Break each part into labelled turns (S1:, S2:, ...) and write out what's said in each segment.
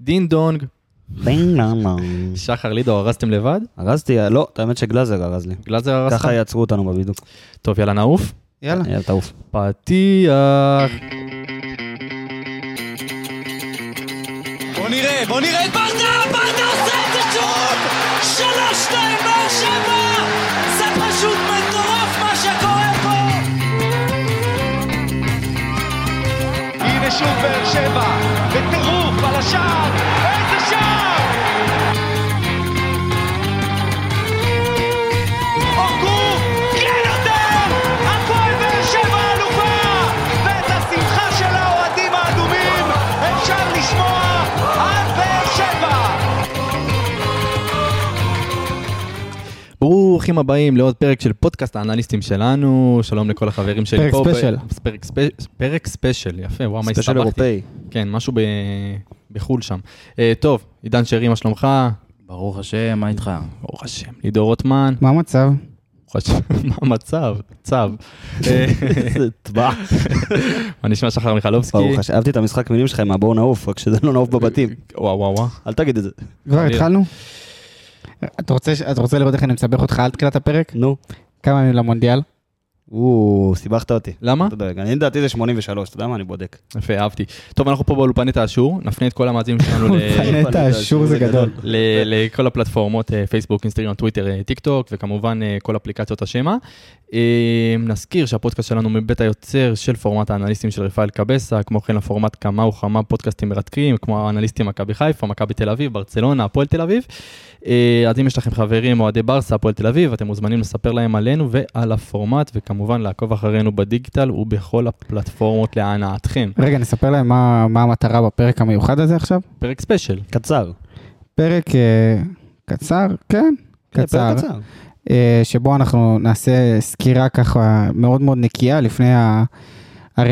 S1: דין דונג,
S2: טינג, נאם, נאם.
S1: שחר לידו, הרסתם לבד?
S2: הרזתי, לא, האמת שגלאזר הרז
S3: לא
S2: לי.
S1: גלאזר הרסת?
S2: ככה יעצרו אותנו בבידוק.
S1: טוב, יאללה, נעוף.
S3: יאללה.
S2: יאללה, תעוף.
S1: פתיח.
S4: בוא נראה, בוא נראה את ברדה, ברדה עושה את זה שוב! שלוש, שתיים, באר שבע! זה פשוט מטורף מה שקורה פה!
S5: הנה שוב באר שבע, בטירוף על השער, איזה שער! אורגו, כן נותן! הפועל באר שבע אלופה! ואת השמחה של האוהדים האדומים אפשר לשמוע עד באר שבע!
S1: ברוכים הבאים לעוד פרק של פודקאסט האנליסטים שלנו, שלום לכל החברים שלי
S3: פרק
S1: פה.
S3: ספיישל.
S1: ב- פרק ספיישל. פרק ספיישל, יפה, וואו, מה הסתבכתי.
S2: ספיישל אירופאי.
S1: כן, משהו ב... בחו"ל שם. אה, טוב, עידן שרי, מה שלומך?
S6: ברוך השם, מה איתך?
S1: ברוך השם. לידור רוטמן.
S3: מה המצב?
S1: ברוך השם, מה המצב? צב. אה,
S2: איזה טבע.
S1: מה נשמע שחר מיכלובסקי?
S2: ברוך השם, אהבתי את המשחק מילים שלך עם הבואו נעוף, רק שזה לא נעוף בבתים.
S1: וואו, וואו, וואו.
S2: אל תגיד את זה.
S3: כבר
S1: חלילה.
S3: התחלנו? אתה רוצה, ש- אתה רוצה לראות איך אני מסבך אותך על תחילת הפרק?
S2: נו.
S3: כמה ימים למונדיאל?
S2: או, סיבכת אותי.
S1: למה?
S2: אתה דואג. אני לדעתי זה 83, אתה יודע מה? אני בודק.
S1: יפה, אהבתי. טוב, אנחנו פה באולפנית האשור, נפנה את כל המאזינים שלנו ל...
S3: פנטה, האשור אה, זה גדול.
S1: ל- לכל הפלטפורמות, אה, פייסבוק, אינסטגרם, טוויטר, אה, טיק טוק, וכמובן אה, כל אפליקציות השמע. אה, נזכיר שהפודקאסט שלנו מבית היוצר של פורמט האנליסטים של רפאל קבסה, כמו כן לפורמט כמה וכמה פודקאסטים מרתקים, כמו האנליסטים מכבי חיפה, מכבי תל אביב, ברצלונה, הפועל תל אביב. אה, אז אם יש לכם חברים, אוהדי ברסה, הפועל תל אביב, אתם מוזמנים לספר להם עלינו ועל הפורמט, וכמובן לעקוב אחרינו בדיגיטל ובכל הפלטפורמות להנאתכם.
S3: רגע, נספר להם מה, מה המטרה בפרק המיוחד הזה עכשיו?
S1: פרק ספיישל.
S2: קצר.
S3: פרק אה, קצר, כן, קצר,
S2: פרק קצר.
S3: אה, שבו אנחנו נעשה סקירה ככה מאוד מאוד נקייה לפני ה... הרי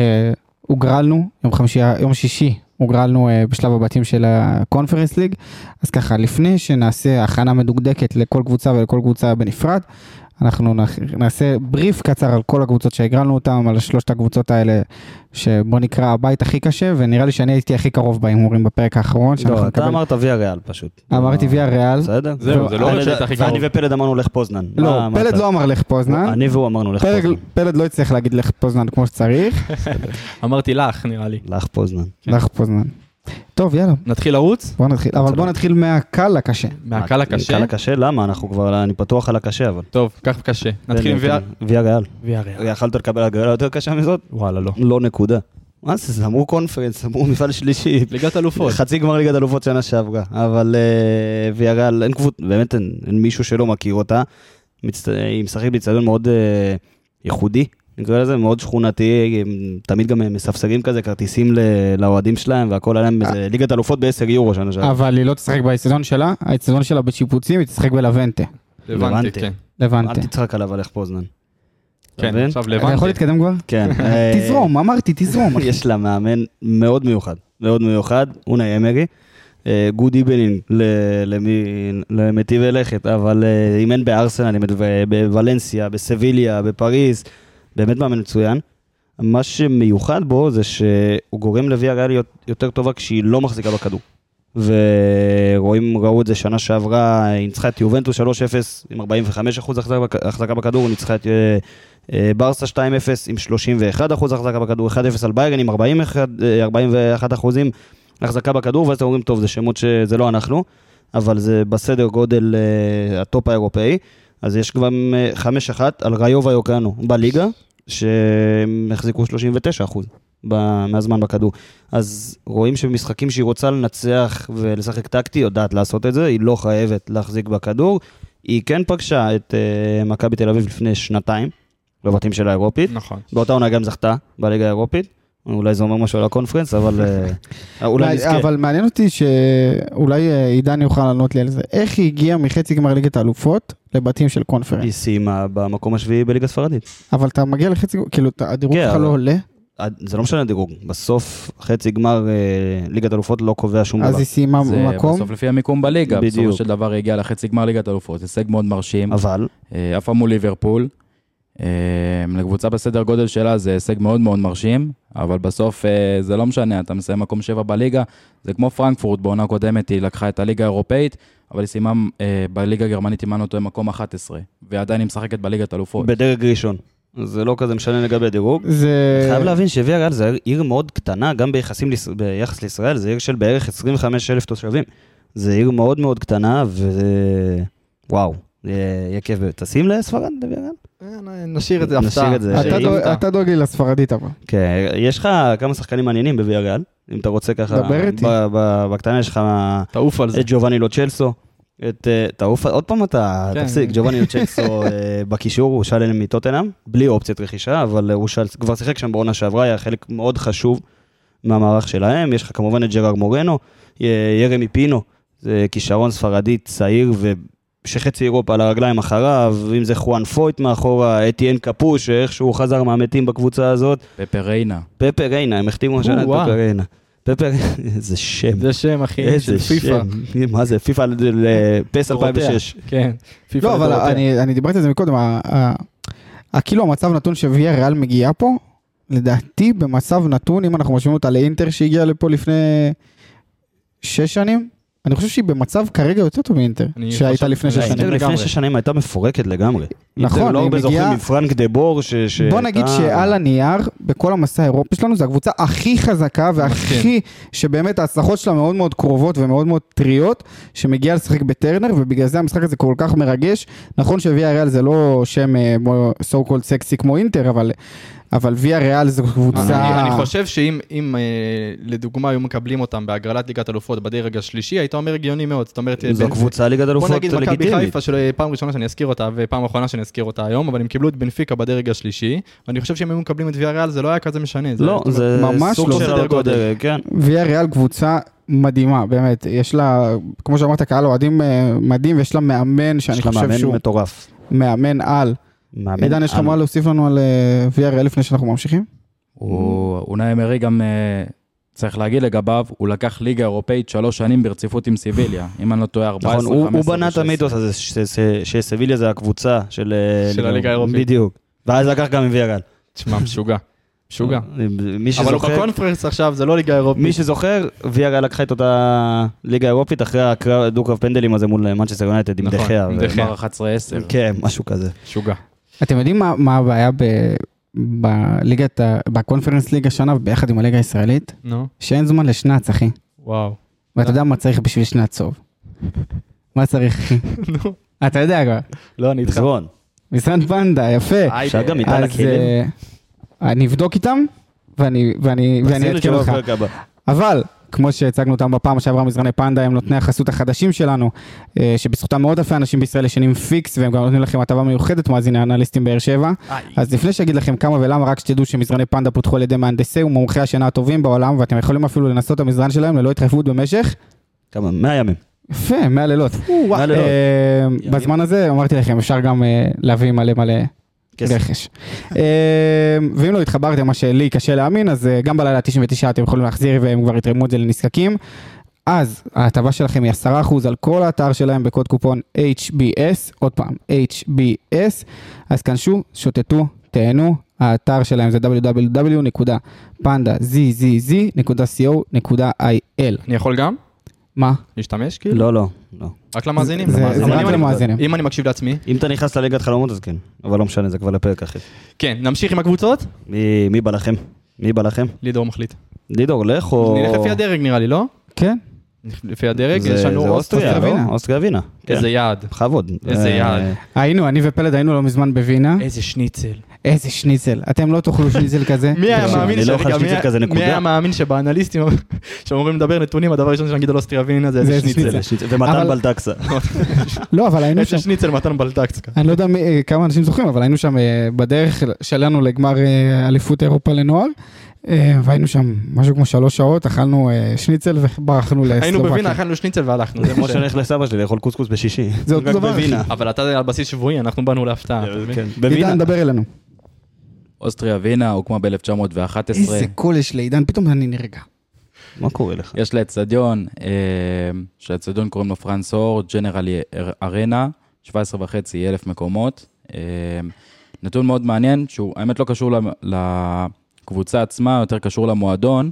S3: הוגרלנו, יום, חמישי, יום שישי הוגרלנו אה, בשלב הבתים של הקונפרנס ליג, אז ככה, לפני שנעשה הכנה מדוקדקת לכל קבוצה ולכל קבוצה בנפרד, אנחנו נח- נעשה בריף קצר על כל הקבוצות שהגרלנו אותם, על שלושת הקבוצות האלה, שבוא נקרא הבית הכי קשה, ונראה לי שאני הייתי הכי קרוב בהימורים בפרק האחרון, שאנחנו
S2: לא, אתה
S3: נקבל...
S2: אמרת ויה ריאל פשוט.
S3: אמרתי
S2: אה,
S3: ויה ריאל.
S2: בסדר.
S1: זהו, זה לא רק שהיית הכי קרוב.
S2: ואני ופלד אמרנו לך פוזנן.
S3: לא,
S2: מה אמרת?
S3: פלד לא אמר לך פוזנן.
S2: אני והוא אמרנו לך
S3: פלד-
S2: פוזנן.
S3: פלד לא הצליח להגיד לך פוזנן כמו שצריך,
S1: אמרתי לך, נראה לי.
S2: לך פוזנן.
S3: לך פוזנן. טוב, יאללה,
S1: נתחיל לרוץ?
S3: בוא נתחיל, אבל בוא נתחיל מהקל לקשה.
S1: מהקל הקשה?
S2: קל הקשה, למה? אנחנו כבר, אני פתוח על הקשה, אבל. כן,
S1: טוב, קח קשה. נתחיל עם VR.
S2: ויה ריאל.
S1: VR.
S2: יכלת לקבל הגרלה יותר קשה מזאת?
S1: וואלה, לא.
S2: לא נקודה. מה זה, זה אמרו קונפרנס, אמרו מפעל שלישי.
S1: ליגת אלופות.
S2: חצי גמר ליגת אלופות שנה שעברה, אבל ויאגל, אין קבוצה, באמת אין, אין מישהו שלא מכיר אותה. מצט... היא משחקת באיצטדיון מאוד אה, ייחודי, נקרא לזה, מאוד שכונתי, הם תמיד גם הם מספסרים כזה כרטיסים ל- לאוהדים שלהם והכל עליהם,
S1: אה.
S2: זה ליגת אלופות ב-10 יורו שנה שעברה.
S3: אבל היא לא תשחק באצטדיון שלה, האצטדיון שלה בשיפוצים, היא תשחק בלבנטה.
S1: לבנטה,
S2: לבנטה.
S1: כן.
S2: אל
S3: לבנטה.
S2: תצחק עליו על איך פוזנן. אתה
S1: כן,
S2: מבין?
S1: עכשיו
S3: אתה יכול
S1: לבנטה.
S3: להתקדם כבר?
S2: כן. אה,
S3: תזרום, אמרתי, תזרום.
S2: יש לה מאמן מאוד מיוחד, מאוד מיוחד, אונאי אמרי. אה, גוד איבנינג ל- למי- למטיבי לכת, אבל אה, אימן בארסנל, אימן ב- בוולנסיה, בסביליה, בפריז, באמת מאמן מצוין. מה שמיוחד בו זה שהוא גורם לוויה ריאל להיות יותר טובה כשהיא לא מחזיקה בכדור. ורואים, ראו את זה שנה שעברה, היא ניצחה את יובנטוס 3-0 עם 45% החזקה בכ- החזקה בכדור, ניצחה את אה, אה, ברסה 2-0 עם 31% החזקה בכדור, 1-0 על ביירן עם 41, אה, 41% החזקה בכדור, ואז אתם אומרים, טוב, זה שמות שזה לא אנחנו, אבל זה בסדר גודל אה, הטופ האירופאי. אז יש כבר אה, 5-1 על ראיובה יוקנו בליגה, שהם החזיקו 39% ב- מהזמן בכדור. אז רואים שבמשחקים שהיא רוצה לנצח ולשחק טקטי, היא יודעת לעשות את זה, היא לא חייבת להחזיק בכדור. היא כן פגשה את אה, מכבי תל אביב לפני שנתיים, בבתים של האירופית.
S1: נכון.
S2: באותה עונה גם זכתה בליגה האירופית. אולי זה אומר משהו על הקונפרנס, אבל אה, אולי נזכה.
S3: אבל מעניין אותי שאולי אה, עידן יוכל לענות לי על זה. איך היא הגיעה מחצי גמר ליגת האלופות לבתים של קונפרנס?
S2: היא סיימה במקום השביעי בליגה הספרדית.
S3: אבל אתה מגיע לחצי גמר, כאילו אתה- הדירוג
S2: כן,
S3: שלך
S2: אבל-
S3: לא עולה,
S2: עד- זה לא משנה הדירוג, בסוף חצי גמר אה, ליגת אלופות לא קובע שום
S3: אז
S2: דבר.
S3: היא סיימה
S6: זה
S3: מקום.
S6: בסוף לפי המיקום בליגה, בסופו
S2: בדיוק.
S6: של דבר היא הגיעה לחצי גמר ליגת אלופות, הישג מאוד מרשים,
S2: אבל
S6: אה, עפה מול ליברפול, אה, לקבוצה בסדר גודל שלה זה הישג מאוד מאוד מרשים, אבל בסוף אה, זה לא משנה, אתה מסיים מקום שבע בליגה, זה כמו פרנקפורט, בעונה קודמת היא לקחה את הליגה האירופאית, אבל היא סיימה אה, בליגה הגרמנית, אם אני לא טועה, מקום 11, ועדיין היא משחקת בליגת אלופות.
S2: בדרג ראשון. זה לא כזה משנה לגבי הדירוג.
S3: זה...
S2: חייב להבין שוויה ריאל זה עיר מאוד קטנה, גם ביחסים, ליש- ביחס לישראל, זה עיר של בערך 25 אלף תושבים. זה עיר מאוד מאוד קטנה, וזה... וואו, זה יהיה כיף. תשים לספרד, לוויה ריאל?
S1: אה, נשאיר את זה
S2: נשאיר
S1: הפתעה. אה,
S2: את זה.
S3: אתה
S2: שאם
S3: דואג- אתה דואג לי לספרדית אבל.
S2: כן, יש לך כמה שחקנים מעניינים בוויה ריאל, אם אתה רוצה ככה...
S3: דבר איתי.
S2: ב- ב- בקטנה יש לך
S1: תעוף על זה.
S2: את ג'ובאני לוצ'לסו. את... אה, תעוף, עוד פעם אתה...
S1: כן.
S2: תפסיק, ג'ובאני לוצ'לסו אה, בקישור, הוא שאל מטוטנאם, בלי אופציית רכישה, אבל אה, הוא שאל, כבר שיחק שם בעונה שעברה, היה חלק מאוד חשוב מהמערך שלהם. יש לך כמובן את ג'ראר מורנו, אה, ירמי פינו, זה כישרון ספרדי צעיר ו... שחצי אירופה על הרגליים אחריו, אם זה חואן פויט מאחורה, אתיאן קפוש, שאיכשהו חזר מהמתים בקבוצה הזאת,
S6: פפה ריינה.
S2: פפה ריינה, הם החתימו השנה את
S1: או-אה.
S2: פפה ריינה. פפה ריינה, איזה שם.
S1: זה שם, אחי, של
S2: איזה
S1: פיפא.
S2: שם. מה זה, פיפא לפס
S1: דורותיה.
S2: 2006.
S1: כן. פיפא
S3: לא, אבל
S1: לדורותיה.
S3: אני, אני דיברתי על זה מקודם, ה- ה- ה- כאילו המצב נתון שוויה ריאל מגיעה פה, לדעתי במצב נתון, אם אנחנו משווים אותה לאינטר שהגיעה לפה לפני שש שנים, אני חושב שהיא במצב כרגע יותר טוב מאינטר,
S1: אני
S3: שהייתה
S1: חושב-
S3: לפני שש
S1: אולי
S3: שנים.
S2: אינטר
S1: לגמרי.
S2: לפני שש שנים הייתה מפורקת לגמרי.
S3: נכון,
S2: אינטר לא
S3: היא
S2: הרבה זוכרים
S3: מגיעה-
S2: מפרנק דה בור ש... אה, שהייתה-
S3: בוא נגיד שעל הנייר, בכל המסע האירופי שלנו, זו הקבוצה הכי חזקה והכי, שבאמת ההצלחות שלה מאוד מאוד קרובות ומאוד מאוד טריות, שמגיעה לשחק בטרנר, ובגלל זה המשחק הזה כל כך מרגש. נכון שוויה ריאל זה לא שם סו קולד סקסי כמו אינטר, אבל, אבל ויה ריאל זו
S1: אני
S3: קבוצה...
S1: אני חושב שאם, אם, אה, לדוגמה, היו מקבלים אותם בהגרלת ליגת אלופות בדרג השלישי, היית אומר הגיוני מאוד. זאת אומרת,
S2: זו
S1: בין-
S2: קבוצה ליגת
S1: בוא
S2: אלופות
S1: נגיד מכבי
S2: לגיטימית.
S1: חיפה, שפעם ראשונה שאני אזכיר אותה ופעם אחרונה שאני אזכיר אותה היום, אבל הם קיבלו את בנפיקה בדרג השלישי, ואני חושב שאם היו מקבלים את ויה ריאל זה לא היה כזה משנה. זה-
S2: לא, זה
S3: ממש
S2: סוג
S3: לא.
S2: של
S1: סדר
S2: אותו
S1: גודל.
S2: דרג, כן.
S3: ויה ריאל קבוצה מדהימה, באמת. יש לה, כמו שאמרת, קהל אוהדים אה, מדהים, ויש לה מאמן שאני
S2: יש לה
S3: חושב
S2: מאמן
S3: שהוא
S2: מטורף.
S3: מאמן על.
S2: מאמן
S3: עידן, יש לך
S2: על.
S3: מה להוסיף לנו על אה, ויה ריאל לפני שאנחנו ממשיכים?
S6: הוא,
S2: Mm-hmm.
S6: אונאי אמרי גם, אה, צריך להגיד לגביו, הוא לקח ליגה אירופאית שלוש שנים ברציפות עם סיביליה. אם אני לא טועה, 14,
S2: נכון,
S6: 15,
S2: הוא הוא בנה את
S6: 16.
S2: המיתוס הזה ש- ש- שסביליה זה הקבוצה של... אה,
S1: של הליגה האירופית.
S2: בדיוק. ואז לקח גם עם ויאגל. אה,
S1: תשמע, משוגע. משוגע.
S2: מי
S1: אבל הוא
S2: שזוכר-
S1: בקונפרנס עכשיו, זה לא ליגה אירופית.
S2: מי שזוכר, ויאגל לקחה את אותה ליגה אירופית אחרי הקרב- הדו-קרב פנדלים הזה מול מנצ'סטר יונייטד עם
S1: נכון,
S2: דחיה.
S1: עם
S2: ו-
S1: דחיה.
S6: גמר 11-10.
S2: כן, משהו כזה.
S1: משוגע.
S3: אתם יודעים מה, מה הבעיה ב, בליגת, ה- בקונפרנס ליג השנה ביחד עם הליגה הישראלית?
S1: נו,
S3: שאין זמן לשנץ, אחי.
S1: וואו.
S3: ואתה יודע מה צריך בשביל שנץ טוב. מה צריך, אחי?
S1: נו.
S3: אתה יודע כבר.
S1: לא, אני איתך.
S2: זרון.
S3: משרד פנדה, יפה.
S2: אפשר גם איתה
S3: אז
S2: לכלים?
S3: אה, אני אבדוק איתם, ואני ואני- ואני
S2: תחזיר לי
S3: אעדכן
S2: תשובה
S3: אותך.
S2: בפרק הבא.
S3: אבל, כמו שהצגנו אותם בפעם שעברה, מזרני פנדה הם נותני החסות החדשים שלנו, אה, שבזכותם מאות אלפי אנשים בישראל ישנים פיקס, והם גם נותנים לכם הטבה מיוחדת, מאזיני אנליסטים באר שבע. אז לפני שאגיד לכם כמה ולמה, רק שתדעו שמזרני פנדה פותחו על ידי מהנדסי ומומחי השינה הטובים בעולם, ואתם יכולים אפילו לנסות את המזרן שלהם ללא התחייבות במשך,
S2: כמה? 100 ימים.
S3: יפה, 100 לילות.
S2: מאה לילות.
S3: אה,
S2: ימים.
S3: בזמן הזה, אמרתי לכם, אפשר גם אה, להביא מלא מלא
S2: כסף.
S3: רכש. אמ, ואם לא התחברתם, מה שלי קשה להאמין, אז אה, גם בלילה 99 אתם יכולים להחזיר והם כבר יתרמו את זה לנזקקים. אז ההטבה שלכם היא 10% על כל האתר שלהם בקוד קופון HBS, עוד פעם, HBS, אז כנסו, שוטטו, תהנו, האתר שלהם זה www.pandazzzz.co.il.
S1: אני יכול גם
S3: מה?
S1: להשתמש, כאילו?
S2: לא, לא. לא.
S1: רק למאזינים?
S3: זה-
S2: למאזינים.
S3: זה
S1: אבל
S3: רק
S1: אם אני-
S3: למאזינים.
S1: אם אני מקשיב לעצמי.
S2: אם אתה נכנס לליגת חלומות אז כן. אבל לא משנה, זה כבר לפרק אחר.
S1: כן, נמשיך עם הקבוצות?
S2: מי- מי בא לכם? מי בא לכם?
S1: לידור מחליט.
S2: לידור, לך או...
S1: נלך לפי הדרג נראה לי, לא?
S3: כן.
S1: לפי הדרג,
S2: זה-
S1: יש לנו
S2: זה
S1: אוסטריה.
S2: אוסטריה, לא?
S3: ווינה.
S2: אוסטריה ווינה. כן.
S1: איזה יעד.
S2: בכבוד.
S1: איזה
S2: אה,
S1: יעד.
S3: היינו, אני ופלד היינו לא מזמן בווינה.
S1: איזה שניצל.
S3: איזה שניצל. אתם לא תאכלו שניצל כזה.
S1: מי היה
S2: תקשיב,
S1: מאמין
S2: אני לא
S1: שאני
S2: אוכל
S1: גם-
S2: שניצל
S1: מי-
S2: כזה,
S1: מי
S2: נקודה.
S1: היה מאמין שבאנליסטים שאומרים לדבר נתונים, הדבר הראשון שנגיד על אוסטריה ווינה זה
S3: זה
S1: איזה
S3: שניצל.
S1: שניצל.
S2: ומתן
S3: אבל-
S2: בלטקסה.
S3: לא, אבל היינו שם.
S1: איזה שניצל מתן בלטקסקה.
S3: אני לא יודע מי- אה, כמה אנשים זוכרים, אבל היינו שם אה, בדרך שלנו לגמר אה, אליפות אירופה לנוער, אה, והיינו שם משהו כמו שלוש שעות, אכלנו אה, שניצל וברחנו
S1: היינו בווינה,
S3: לסלובקיה.
S1: אכלנו שניצל והלכנו. זה
S2: כמו
S1: מה ש-
S2: שאני הולך לסבא שלי לאכול קוסקוס בשישי.
S3: זה אותו
S2: רק
S3: דבר, אחי.
S2: בווינה.
S1: אבל אתה על בסיס שבועי, אנחנו באנו
S6: אה,
S1: להפתעה. אה,
S6: אוקיי.
S1: אתה מבין?
S2: כן,
S3: עידן, דבר אלינו.
S6: אוסטריה ווינה הוקמה ב-1911.
S3: איזה קול יש לעידן, פתאום אני נרגע.
S2: מה קורה לך?
S6: יש לה אצטדיון, אה, שהאצטדיון קוראים לו פרנס הור, ג'נרל ארנה, 17 וחצי אלף מקומות. אה, נתון מאוד מעניין, שהוא האמת לא קשור למ- לקבוצה עצמה, יותר קשור למועדון.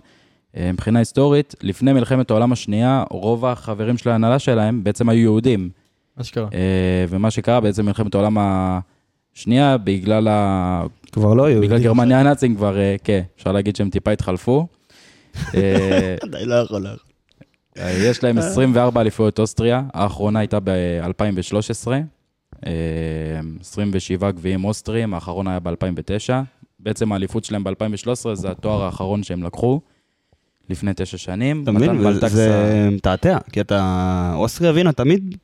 S6: אה, מבחינה היסטורית, לפני מלחמת העולם השנייה, רוב החברים של ההנהלה שלהם בעצם היו יהודים.
S1: מה שקרה.
S6: אה, ומה שקרה בעצם במלחמת העולם השנייה, בגלל, ה...
S2: כבר לא היו.
S6: בגלל גרמניה הנאצים כבר, אה, כן, אפשר להגיד שהם טיפה התחלפו. אה,
S2: די, לא יכול, לא יכול.
S6: אה, יש להם 24 אליפויות אוסטריה, האחרונה הייתה ב-2013, 27 אה, גביעים אוסטריים, האחרון היה ב-2009. בעצם האליפות שלהם ב-2013 זה התואר האחרון שהם לקחו לפני תשע שנים.
S2: אתה מבין?
S6: מתן ולטקסה-
S2: זה מתעתע, כי אתה... אוסטריה ווינה תמיד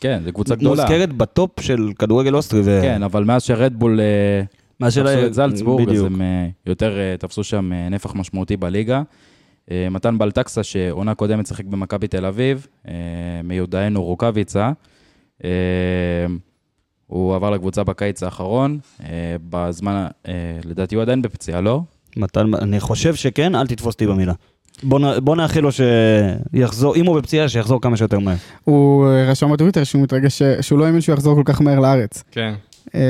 S6: כן, זו קבוצה גדולה.
S2: מוזכרת בטופ של כדורגל אוסטרי. ו-
S6: כן, אבל מאז שרדבול אה,
S2: מה
S6: תפסו את זלצבורג, אז
S2: בדיוק.
S6: הם אה, יותר אה, תפסו שם אה, נפח משמעותי בליגה. אה, מתן בלטקסה, שעונה קודמת שיחק במכבי תל אביב, אה, מיודענו רוקאביצה. אה, הוא עבר לקבוצה בקיץ האחרון, אה, בזמן, ה- אה, לדעתי הוא עדיין בפציעה, לא?
S2: מתן, אני חושב שכן, אל תתפוס אותי במילה. בוא נ- בוא נאחל לו שיחזור, אם הוא בפציעה, שיחזור כמה שיותר מהר.
S3: הוא אה, רשם בטוויטר שהוא מתרגש ש- שהוא לא האמין שהוא יחזור כל כך מהר לארץ.
S1: כן.
S3: אה,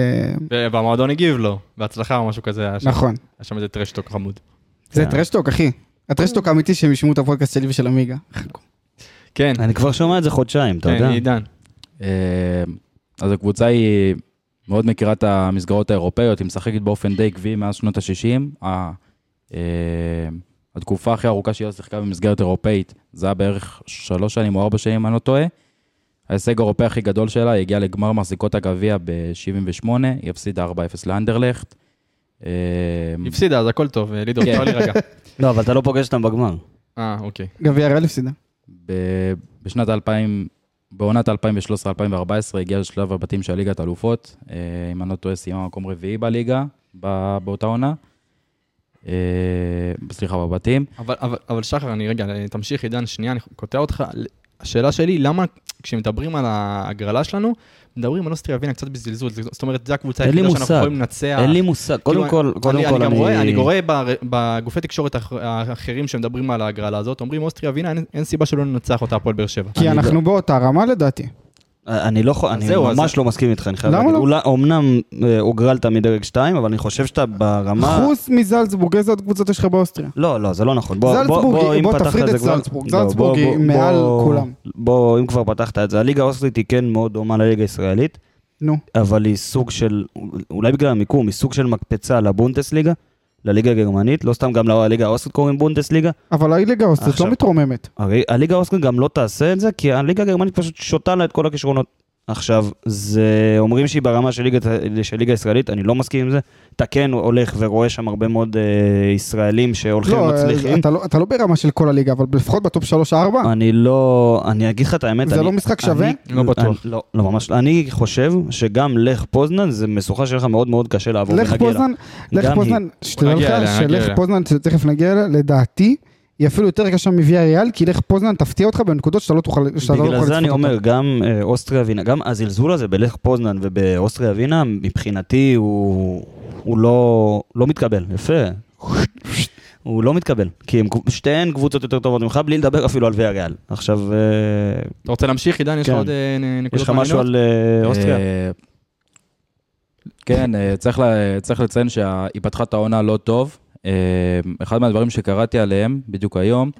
S1: ו- והמועדון הגיב לו, בהצלחה או משהו כזה, היה שם-
S3: נכון.
S1: היה שם איזה טרשטוק חמוד.
S3: זה
S2: כן.
S3: טרשטוק, אחי. הטרשטוק האמיתי שהם ישמעו את הפודקאסט שלי ושל עמיגה.
S1: כן,
S2: אני כבר שומע את זה חודשיים, אתה
S1: כן,
S2: יודע.
S1: עידן.
S6: אה, אז הקבוצה היא מאוד מכירה את המסגרות האירופאיות, היא משחקת באופן די עקבי מאז שנות ה-60. אה, התקופה הכי ארוכה שהיא לא שיחקה במסגרת אירופאית, זה היה בערך שלוש שנים או ארבע שנים, אם אני לא טועה. ההישג האירופאי הכי גדול שלה, היא הגיעה לגמר מחזיקות הגביע ב-78, היא הפסידה 4-0 לאנדרלכט. אה,
S1: היא הפסידה, אז הכל טוב, אה, לידור,
S6: כן.
S1: אפשר להירגע.
S2: לא, אבל אתה לא פוגש אותם בגמר.
S1: אה, אוקיי.
S3: גביע ריאל הפסידה.
S6: ב- בשנת 2000, בעונת 2013-2014 הגיעה לשלב הבתים של ליגת אלופות. אה, אם אני לא טועה, סיימה מקום רביעי בליגה ב- באותה עונה. אה, סליחה, בבתים.
S1: אבל, אבל, אבל שחר, אני רגע, תמשיך עידן, שנייה, אני קוטע אותך. השאלה שלי, למה כשמדברים על ההגרלה שלנו, מדברים על אוסטריה ווינה קצת בזלזול? זאת אומרת, זו הקבוצה
S2: אין לי
S1: היחידה שאנחנו
S2: מושג.
S1: יכולים לנצח. כאילו,
S2: אין לי מושג. קודם כל, קודם
S1: אה, אני,
S2: כל,
S1: אני גם רואה, אני קורא בר- בגופי תקשורת האח- האחרים שמדברים על ההגרלה הזאת, אומרים אוסטריה ווינה, אין, אין סיבה שלא ננצח אותה הפועל באר שבע.
S3: כי
S2: אני
S3: אנחנו באותה רמה לדעתי.
S2: אני לא יכול, אני
S1: זהו, אז-
S2: ממש לא מסכים איתך, אני חייב
S3: למה
S2: להגיד.
S3: לא?
S2: אולי- אמנם אה, הוגרלת מדרג 2, אבל אני חושב שאתה ברמה...
S3: חוץ מזלצבורג, איזה עוד קבוצות יש לך באוסטריה?
S2: לא, לא, זה לא נכון. בוא,
S3: זלצבורג,
S2: בוא, בוא, אם
S3: בוא
S2: פתחת
S3: תפריד
S2: זה
S3: את
S2: כבר-
S3: זלצבורג.
S2: לא,
S3: זלצבורג
S2: בוא,
S3: היא
S2: בוא,
S3: מעל
S2: בוא,
S3: כולם.
S2: בוא, אם כבר פתחת את זה, הליגה האוסטרית היא כן מאוד דומה לליגה הישראלית,
S3: נו.
S2: אבל היא סוג של, אולי בגלל המיקום, היא סוג של מקפצה לבונדסליגה, לליגה הגרמנית, לא סתם גם לליגה האוסטרית קוראים בונדסליגה.
S3: אבל הליגה האוסטרית
S2: עכשיו-
S3: לא מתרוממת.
S2: הרי הליגה האוסטרית גם לא תעשה את זה, כי הליגה הגרמנית פשוט שותה לה את כל הכישרונות. עכשיו, זה אומרים שהיא ברמה של ליגה, של ליגה ישראלית, אני לא מסכים עם זה. אתה כן הולך ורואה שם הרבה מאוד אה, ישראלים שהולכים
S3: לא,
S2: ומצליחים.
S3: אתה לא- אתה לא ברמה של כל הליגה, אבל לפחות בטופ 3-4,
S2: אני לא, אני אגיד לך את האמת.
S3: זה
S2: אני,
S3: לא משחק שווה?
S2: אני,
S1: לא בטוח.
S2: אני, לא, לא ממש. לא. אני חושב שגם לך פוזנן זה משוכה שיהיה לך מאוד מאוד קשה לעבור
S3: לך
S2: ולהגיע לה.
S3: פוזנן, לך
S2: גם
S3: פוזנן, שתדע
S1: נגיע
S3: לך
S1: אליה, נגיע
S3: שלך
S1: אליה.
S3: פוזנן, שתכף נגיע אליה, לדעתי, היא אפילו יותר קשה מוויה ריאל, כי לך פוזנן תפתיע אותך בנקודות שאתה לא תוכל שאתה לא יכול
S2: בגלל זה אני
S3: לצפות
S2: אומר,
S3: אותן.
S2: גם אה, אוסטריה ווינה, גם הזלזול הזה בלך פוזנן ובאוסטריה ווינה, מבחינתי הוא, הוא לא, לא מתקבל. יפה. הוא לא מתקבל, כי הם קב- שתיהן קבוצות יותר טובות ממך, בלי לדבר אפילו על ויה ריאל. עכשיו, אה,
S1: אתה רוצה להמשיך, עידן? יש לך
S2: כן.
S1: עוד אה, נ-
S2: יש
S1: נקודות
S2: לך משהו על אה, אוסטריה?
S6: אה, כן, אה, צריך ל- צריך לציין שהיא פתחה את העונה לא טוב. אה, אחד מהדברים שקראתי עליהם בדיוק היום,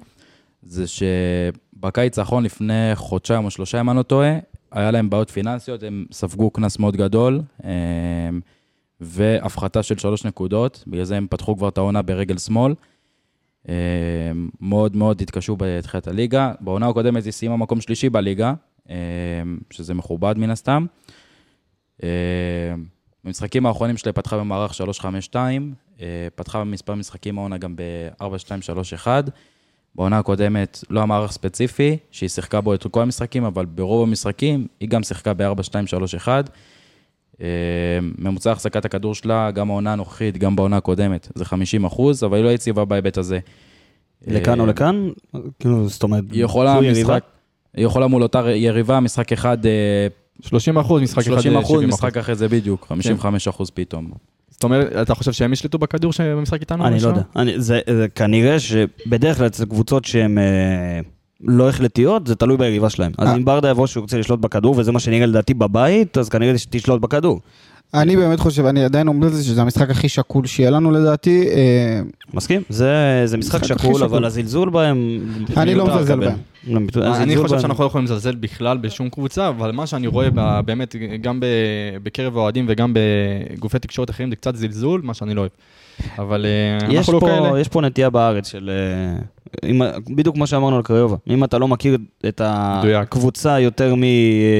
S6: זה שבקיץ האחרון, לפני חודשיים או שלושה, אם אני לא טועה, היה להם בעיות פיננסיות, הם ספגו קנס מאוד גדול, אה, והפחתה של שלוש נקודות, בגלל זה הם פתחו כבר את העונה ברגל שמאל. אה, מאוד מאוד התקשו בתחילת הליגה. בעונה הקודמת היא סיימה מקום שלישי בליגה, אה, שזה מכובד מן הסתם. אה, במשחקים האחרונים שלה היא פתחה במערך 3-5-2, אה, פתחה במספר משחקים העונה גם ב-4-2-3-1. בעונה הקודמת לא היה מערך ספציפי, שהיא שיחקה בו את כל המשחקים, אבל ברוב המשחקים היא גם שיחקה ב-4-2-3-1. אה, ממוצע החזקת הכדור שלה, גם העונה הנוכחית, גם בעונה הקודמת, זה 50 אחוז, אבל היא לא יציבה בהיבט הזה.
S2: לכאן או
S6: אה,
S2: לכאן? כאילו, זאת אומרת,
S6: היא יכולה
S2: זו יריבה?
S6: משחק, היא יכולה מול אותה יריבה, משחק אחד, אה,
S1: 30 אחוז, משחק אחד,
S6: 30
S1: אה,
S6: אחוז,
S1: 70%.
S6: משחק אחרי זה בדיוק, 55 אחוז פתאום.
S1: זאת אומרת, אתה חושב שהם ישלטו בכדור במשחק איתנו?
S2: אני לא
S1: השנה?
S2: יודע. אני, זה, זה כנראה שבדרך כלל אצל קבוצות שהן אה, לא החלטיות, זה תלוי ביריבה שלהם. אז
S3: אה.
S2: אם ברדה יבוא שהוא רוצה לשלוט בכדור, וזה מה שנראה לדעתי בבית, אז כנראה שתשלוט בכדור.
S3: אני באמת חושב, אני עדיין אומר את זה, שזה המשחק הכי שקול שיהיה לנו לדעתי. אה,
S2: מסכים? זה זה משחק
S3: משחק הכי
S2: שקול,
S3: שקול.
S2: אבל הזלזול בהם...
S3: אני לא
S2: מיותר
S3: מזלזל
S2: לקבל.
S3: בהם.
S2: לא, מת-
S1: אני
S2: הזלזול
S1: חושב
S2: בהם-
S1: שאנחנו לא יכולים לזלזל בכלל בשום קבוצה, אבל מה שאני רואה ב- באמת, גם ב- בקרב האוהדים וגם בגופי תקשורת אחרים, זה קצת זלזול, מה שאני לא אוהב. אבל אה,
S2: יש
S1: אנחנו לא
S2: פה-
S1: כאלה.
S2: יש פה נטייה בארץ של... אה, אם- בדיוק כמו שאמרנו על קריובה. אם אתה לא מכיר את
S1: מדויק.
S2: הקבוצה יותר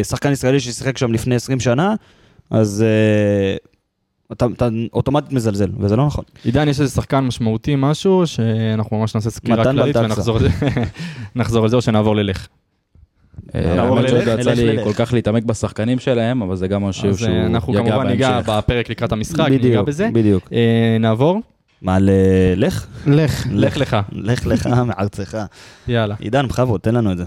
S2: משחקן ישראלי ששיחק שם לפני 20 שנה, אז אה, אתה אתה אוטומטית מזלזל, וזה לא נכון.
S1: עידן, יש איזה שחקן משמעותי, משהו, שאנחנו ממש נעשה סקירה
S2: מתן
S1: כללית
S2: בלטקסה.
S1: ונחזור על זה- נחזור על זה, או שנעבור ללך.
S6: אה,
S1: נעבור
S6: האמת
S1: ללך,
S6: שעוד לא יצא
S2: נלך
S6: לי
S2: ללך.
S6: כל כך להתעמק בשחקנים שלהם, אבל זה גם משהו
S1: אז
S6: שהוא
S1: אה, אנחנו
S6: יגע
S1: כמובן ניגע
S6: בהמשך.
S1: בפרק לקראת המשחק, ניגע
S2: בדיוק,
S1: בזה.
S2: בדיוק.
S1: אה, נעבור?
S2: מה, ל- לך?
S3: לך.
S1: לך לך,
S2: לך לך מארצך.
S1: יאללה.
S2: עידן, בכבוד, תן לנו את זה.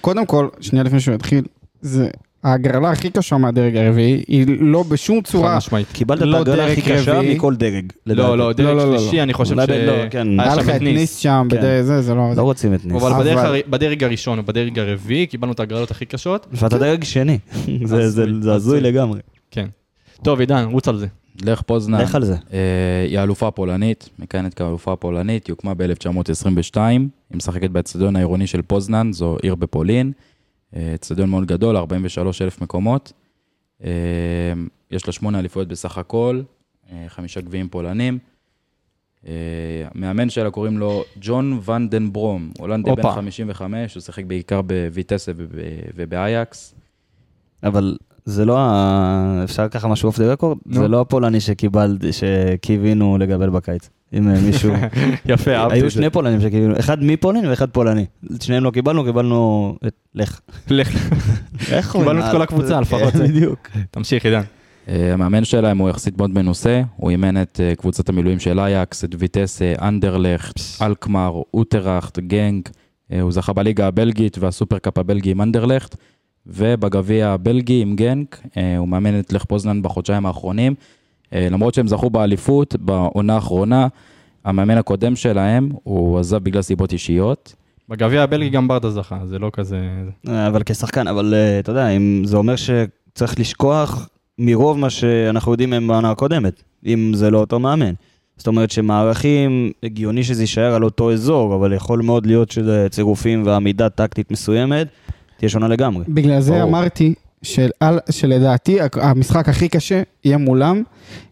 S3: קודם כל, שנייה לפני שהוא יתחיל, זה ההגרלה הכי קשה מהדרג הרביעי, היא לא בשום
S1: חד
S3: צורה...
S1: משמעית.
S2: קיבלת את
S3: לא
S2: ההגרלה הכי
S3: דרג
S2: קשה
S3: רביעי.
S2: מכל דרג. לדעתי.
S1: לא, לא,
S3: לא,
S1: דרג
S3: לא, לא, לא.
S1: שלישי, אני חושב ש...
S2: אולי ב- לא, כן.
S1: היה
S3: היה
S1: שם
S3: לך
S1: את
S3: את
S1: ניס.
S3: ניס שם,
S2: כן.
S3: בדרך זה, זה לא...
S2: לא רוצים את ניס.
S1: אבל בדרך
S3: אבל-
S1: הר- בדרג הראשון ובדרג הרביעי קיבלנו את ההגרלות הכי קשות.
S2: ואתה דרג שני. זה- זה-
S1: הזוי,
S2: זה
S1: הזוי.
S2: הזוי לגמרי.
S1: כן. טוב, עידן, רוץ על זה.
S6: לך פוזנן.
S2: לך על זה.
S6: אה, היא אלופה פולנית, מכהנת כאלופה פולנית, היא הוקמה ב-1922, היא משחקת באצטדיון העירוני של פוזנן, זו עיר בפולין, אה, אצטדיון מאוד גדול, 43 אלף מקומות. אה, יש לה שמונה אליפויות בסך הכל, אה, חמישה גביעים פולנים. אה, המאמן שלה קוראים לו ג'ון ואן דן ברום, הולנדי בן
S1: הופה.
S6: 55, הוא שיחק בעיקר בויטסה וב- ובאייקס.
S2: אבל זה לא ה... אפשר ככה משהו אוף דה רקורד?
S1: נו.
S2: זה לא הפולני שקיבלתי, שקיווינו לגבל בקיץ. אם אה, מישהו...
S1: יפה, אהבתי
S2: היו
S1: את זה.
S2: שני פולנים שקיבלנו, אחד מפולין ואחד פולני. את שניהם לא קיבלנו, קיבלנו את לך.
S1: לך,
S2: איך
S1: קיבלנו את
S2: אומרים?
S1: כל הקבוצה, לפחות.
S2: כן, בדיוק.
S1: תמשיך, עידן.
S6: אה, המאמן שלהם הוא יחסית מאוד מנוסה, הוא אימן את אה, קבוצת המילואים של אייקס, את ויטסה, אנדרלכט, אלקמר, אוטראכט, גנג, אה, הוא זכה בליגה הבלגית והסופרקאפ הבלגי עם אנדרלכט, ובגביע הבלגי עם גנג, אה, הוא מאמן את לך פוזנן בחודשיים האחרונים. אה, למרות שהם זכו באליפות בעונה האחרונה, המאמן הקודם שלהם, הוא עזב בגלל סיבות אישיות.
S1: בגביע הבלגי גם ברדה זכה, זה לא כזה...
S2: אה, אבל כשחקן, אבל אה, אתה יודע, אם זה אומר שצריך לשכוח מרוב מה שאנחנו יודעים מהם בעונה הקודמת, אם זה לא אותו מאמן. זאת אומרת שמערכים, הגיוני שזה יישאר על אותו אזור, אבל יכול מאוד להיות שזה צירופים ועמידה טקטית מסוימת, תהיה שונה לגמרי.
S3: בגלל זה
S2: ברור.
S3: אמרתי של- שלדעתי הק- המשחק הכי קשה יהיה מולם,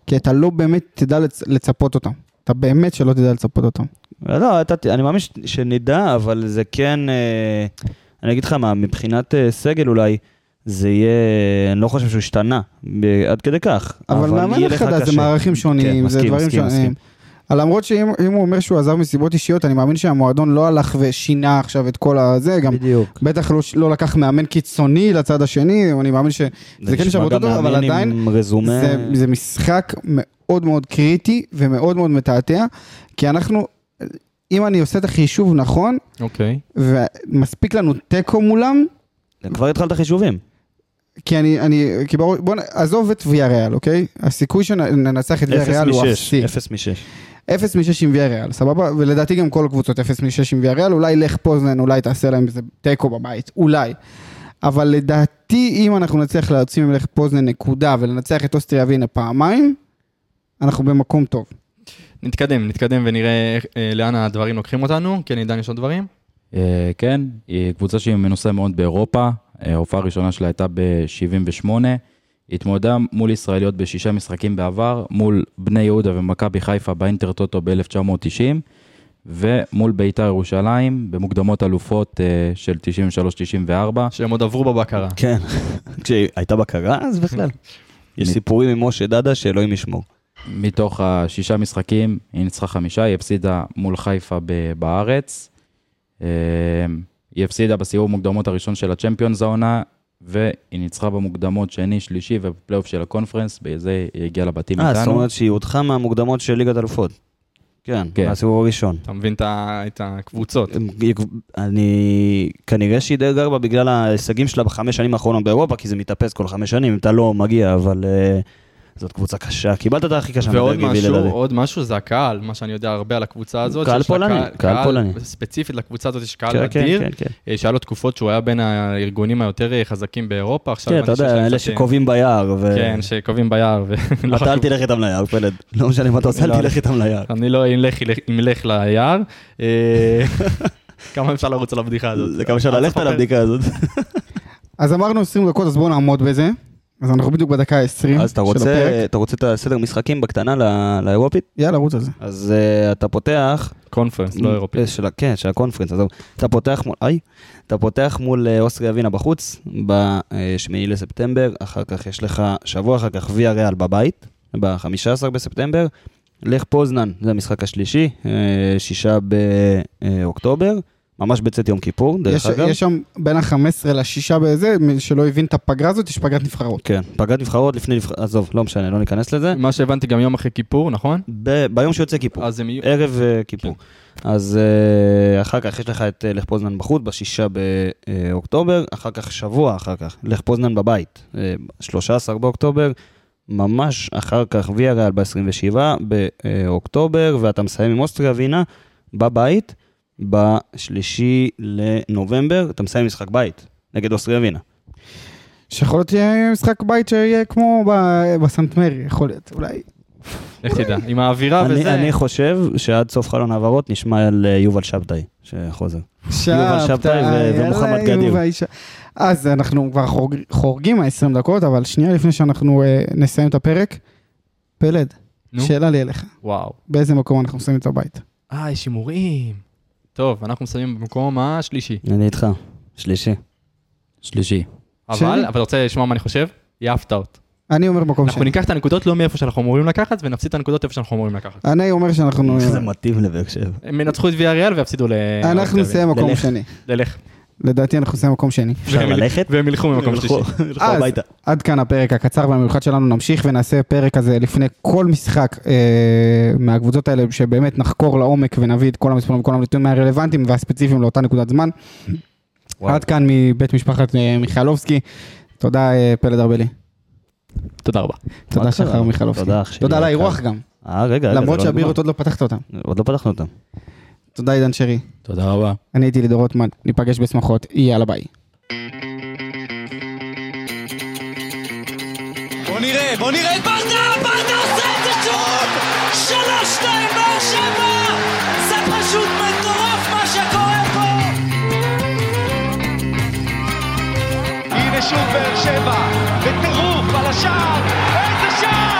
S3: כי אתה לא באמת תדע לצ- לצפות אותם. אתה באמת שלא תדע לצפות אותם.
S2: לא, אתה, ת- אני מאמין ש- שנדע, אבל זה כן, אה, אני אגיד לך מה, מבחינת אה, סגל אולי, זה יהיה, אני לא חושב שהוא השתנה ב- עד כדי כך.
S3: אבל מאמן
S2: יהיה לך
S3: אחד, אז זה
S2: קשה.
S3: מערכים
S2: כן,
S3: שונים, זה
S2: מסכים,
S3: דברים
S2: מסכים,
S3: שונים.
S2: מסכים.
S3: למרות שאם אם הוא אומר שהוא עזב מסיבות אישיות, אני מאמין שהמועדון לא הלך ושינה עכשיו את כל הזה, גם
S2: בדיוק.
S3: בטח לא, לא לקח מאמן קיצוני לצד השני, אני מאמין ש... זה כן
S2: נשמע
S3: שם אותו
S2: גם
S3: דבר, אבל
S2: מאמן
S3: עדיין
S2: עם רזומה...
S3: זה, זה משחק מאוד מאוד קריטי ומאוד מאוד מתעתע, כי אנחנו, אם אני עושה את החישוב נכון,
S1: אוקיי.
S3: ומספיק לנו תיקו מולם,
S2: כבר התחלת חישובים.
S3: כי אני, אני, כי ברור, בוא נ- עזוב את ויה ריאל, אוקיי? הסיכוי שננצח את ויה
S2: אפס
S3: ריאל הוא
S2: משש.
S3: אפסי.
S2: אפס משש.
S3: 0 מ-6 עם ויה ריאל, סבבה? ולדעתי גם כל הקבוצות 0 מ-6 עם ויה ריאל, אולי לך פוזנן, אולי תעשה להם איזה תיקו בבית, אולי. אבל לדעתי, אם אנחנו נצליח להוציא ממלך פוזנן נקודה ולנצח את אוסטריה ווינה פעמיים, אנחנו במקום טוב.
S1: נתקדם, נתקדם ונראה איך- אה, לאן הדברים לוקחים אותנו. כן, עידן, יש עוד דברים?
S6: אה, כן, היא קבוצה שהיא מנוסה מאוד באירופה, אה, ההופעה הראשונה שלה הייתה ב-78, היא התמודדה מול ישראליות בשישה משחקים בעבר, מול בני יהודה ומכבי חיפה באינטר טוטו ב-1990, ומול ביתר ירושלים במוקדמות אלופות אה, של 93-94.
S1: שהם עוד עברו בבקרה.
S2: כן. כשהייתה בקרה אז בכלל. יש
S6: מ-
S2: סיפורים עם משה דדה שאלוהים ישמור.
S6: מתוך השישה משחקים, היא ניצחה חמישה, היא הפסידה מול חיפה ב- בארץ. אה, היא הפסידה בסיבוב מוקדמות הראשון של הצ'מפיונס העונה, והיא ניצחה במוקדמות שני, שלישי ובפלייאוף של הקונפרנס, בזה היא הגיעה לבתים
S2: אה,
S6: איתנו.
S2: זאת אומרת שהיא הודחה מהמוקדמות של ליגת אלופות. כן,
S6: כן.
S2: מהסיבוב הראשון.
S1: אתה מבין את ה- את הקבוצות.
S2: אה, אני... כנראה שהיא דרג ארבע בגלל ההישגים שלה בחמש שנים האחרונות באירופה, כי זה מתאפס כל חמש שנים, אם אתה לא מגיע, אבל... אה, זאת קבוצה קשה, קיבלת את הכי קשה
S1: ועוד
S2: מדרגי,
S1: משהו,
S2: לדעתי.
S1: עוד משהו זה הקהל, מה שאני יודע הרבה על הקבוצה הזאת.
S2: קהל
S1: שיש לה
S2: פולני, קהל פולני.
S1: ספציפית לקבוצה הזאת יש קהל
S2: כן, כן,
S1: אדיר,
S2: כן, כן.
S1: אה, שהיה לו תקופות שהוא היה בין הארגונים היותר אה, חזקים באירופה, עכשיו
S2: כן,
S1: הבנתי
S2: אתה
S1: שיש להם
S2: יודע, אלה
S1: קצת, אה,
S2: שקובעים ביער, ו...
S1: כן, שקובעים ביער. ו- לא
S2: אתה אל
S1: חשוב.
S2: תלך איתם ליער, פלד. לא משנה מה אתה עושה,
S1: לא.
S2: אל תלך איתם ליער.
S1: אני לא אמלך- אמלך ליער. אה, כמה אפשר לרוץ על הבדיחה הזאת? אה, אוקיי.
S2: זה כמה אפשר ללכת על הבדיקה הזאת.
S3: אז אמרנו 20 דקות, אז בואו נעמוד בזה. אז אנחנו בדיוק בדקה ה-20
S2: אז אתה רוצה, אתה רוצה את הסדר משחקים בקטנה לא- לאירופית?
S3: יאללה, רוץ על זה.
S2: אז אה, אתה פותח...
S1: קונפרנס, לא אירופי.
S2: אה, של ה- כן, של הקונפרנס, עזוב. אתה פותח מול... איי. אתה פותח מול אה, אוסטריה ווינה בחוץ, ב-8 לספטמבר, אחר כך יש לך שבוע אחר כך ויה ריאל בבית, ב-15 בספטמבר. לך פוזנן, זה המשחק השלישי, אה, שישה באוקטובר, ממש בצאת יום כיפור, דרך
S3: יש-
S2: אגב.
S3: יש שם בין ה-15 ל-6 בזה, מי שלא הבין את הפגרה הזאת, יש פגרת נבחרות.
S2: כן, פגרת נבחרות לפני נבחרות, עזוב, לא משנה, לא ניכנס לזה.
S1: מה שהבנתי גם יום אחרי כיפור, נכון?
S2: ב- ביום שיוצא כיפור,
S1: אז הם יהיו...
S2: ערב אה, כיפור. אז אה, אחר כך יש לך את אה, לך פוזנן בחוץ, בשישה באוקטובר, אחר כך שבוע אחר כך, לך פוזנן בבית, אה, 13 באוקטובר, ממש אחר כך ויה ריאל ב-27 באוקטובר, ואתה מסיים עם אוסטריה ווינה בבית, בשלישי לנובמבר, אתה מסיים משחק בית, נגד אוסטריה ווינה.
S3: שיכול להיות שיהיה משחק בית שיהיה כמו ב- בסנטמרי, יכול להיות, אולי.
S1: איך תדע, עם האווירה
S2: אה, אני,
S1: וזה.
S2: אני חושב שעד סוף חלון העברות נשמע על אה, יובל שבתאי, שחוזר. יובל שבתאי ו-
S3: יאללה,
S2: ומוחמד גדיר.
S3: יובל איש- אז אנחנו כבר חורג- חורגים מה-20 דקות, אבל שנייה לפני שאנחנו אה, נסיים את הפרק, פלד,
S1: נו,
S3: שאלה לי אליך,
S1: וואו.
S3: באיזה מקום אנחנו שמים את הבית?
S1: אה, יש הימורים. טוב, אנחנו מסיימים במקום השלישי.
S2: אני איתך, שלישי.
S6: שלישי.
S1: אבל,
S3: שני.
S1: אבל אתה רוצה לשמוע מה אני חושב? יאפת אותי.
S3: אני אומר מקום
S1: אנחנו
S3: שני.
S1: ניקח את הנקודות לא מאיפה שאנחנו אמורים לקחת, ונפסיד את הנקודות איפה שאנחנו אמורים לקחת.
S3: אני אומר שאנחנו...
S2: זה מתאים לבאר שבע.
S1: הם ינצחו את ויה ריאל ויפסידו ל...
S2: אה,
S3: אנחנו
S2: אוקיי.
S3: נסיים מקום
S2: ללך.
S3: שני.
S1: ללך.
S3: לדעתי אנחנו נסיים מקום שני.
S2: אפשר
S1: והם-
S2: ללכת?
S1: והם ילכו ממקום שלישי.
S2: ילכו
S3: אז
S2: הביתה.
S3: עד כאן הפרק הקצר והמיוחד שלנו, נמשיך ונעשה פרק כזה לפני כל משחק אה, מהקבוצות האלה, שבאמת נחקור לעומק ונביא את כל המספרים וכל הנתונים הרלוונטיים והספציפיים לאותה נקודת זמן.
S2: וואו.
S3: עד כאן מבית משפחת אה, מיכאלובסקי. תודה אה, פלד ארבלי,
S1: תודה רבה.
S3: תודה
S2: קרה?
S3: שחר מיכאלובסקי.
S2: תודה, אח שלי
S3: תודה על
S2: היקר.
S3: האירוח גם,
S2: אה, רגע, רגע,
S3: למרות
S2: זה לא
S3: שהבירות עוד לא פתחת אותם.
S2: נגמר. עוד לא פתחנו אותם.
S3: תודה עידן שרי,
S6: תודה רבה.
S3: אני הייתי לידור רוטמן, ניפגש בשמחות, יאללה ביי.
S4: בוא נראה, בוא נראה את ברדה, ברדה עושה את זה שוב! שלוש, שתיים, באר שבע! זה פשוט מטורף מה שקורה פה!
S5: הנה שוב באר שבע, בטירוף על השער, איזה שער! כן,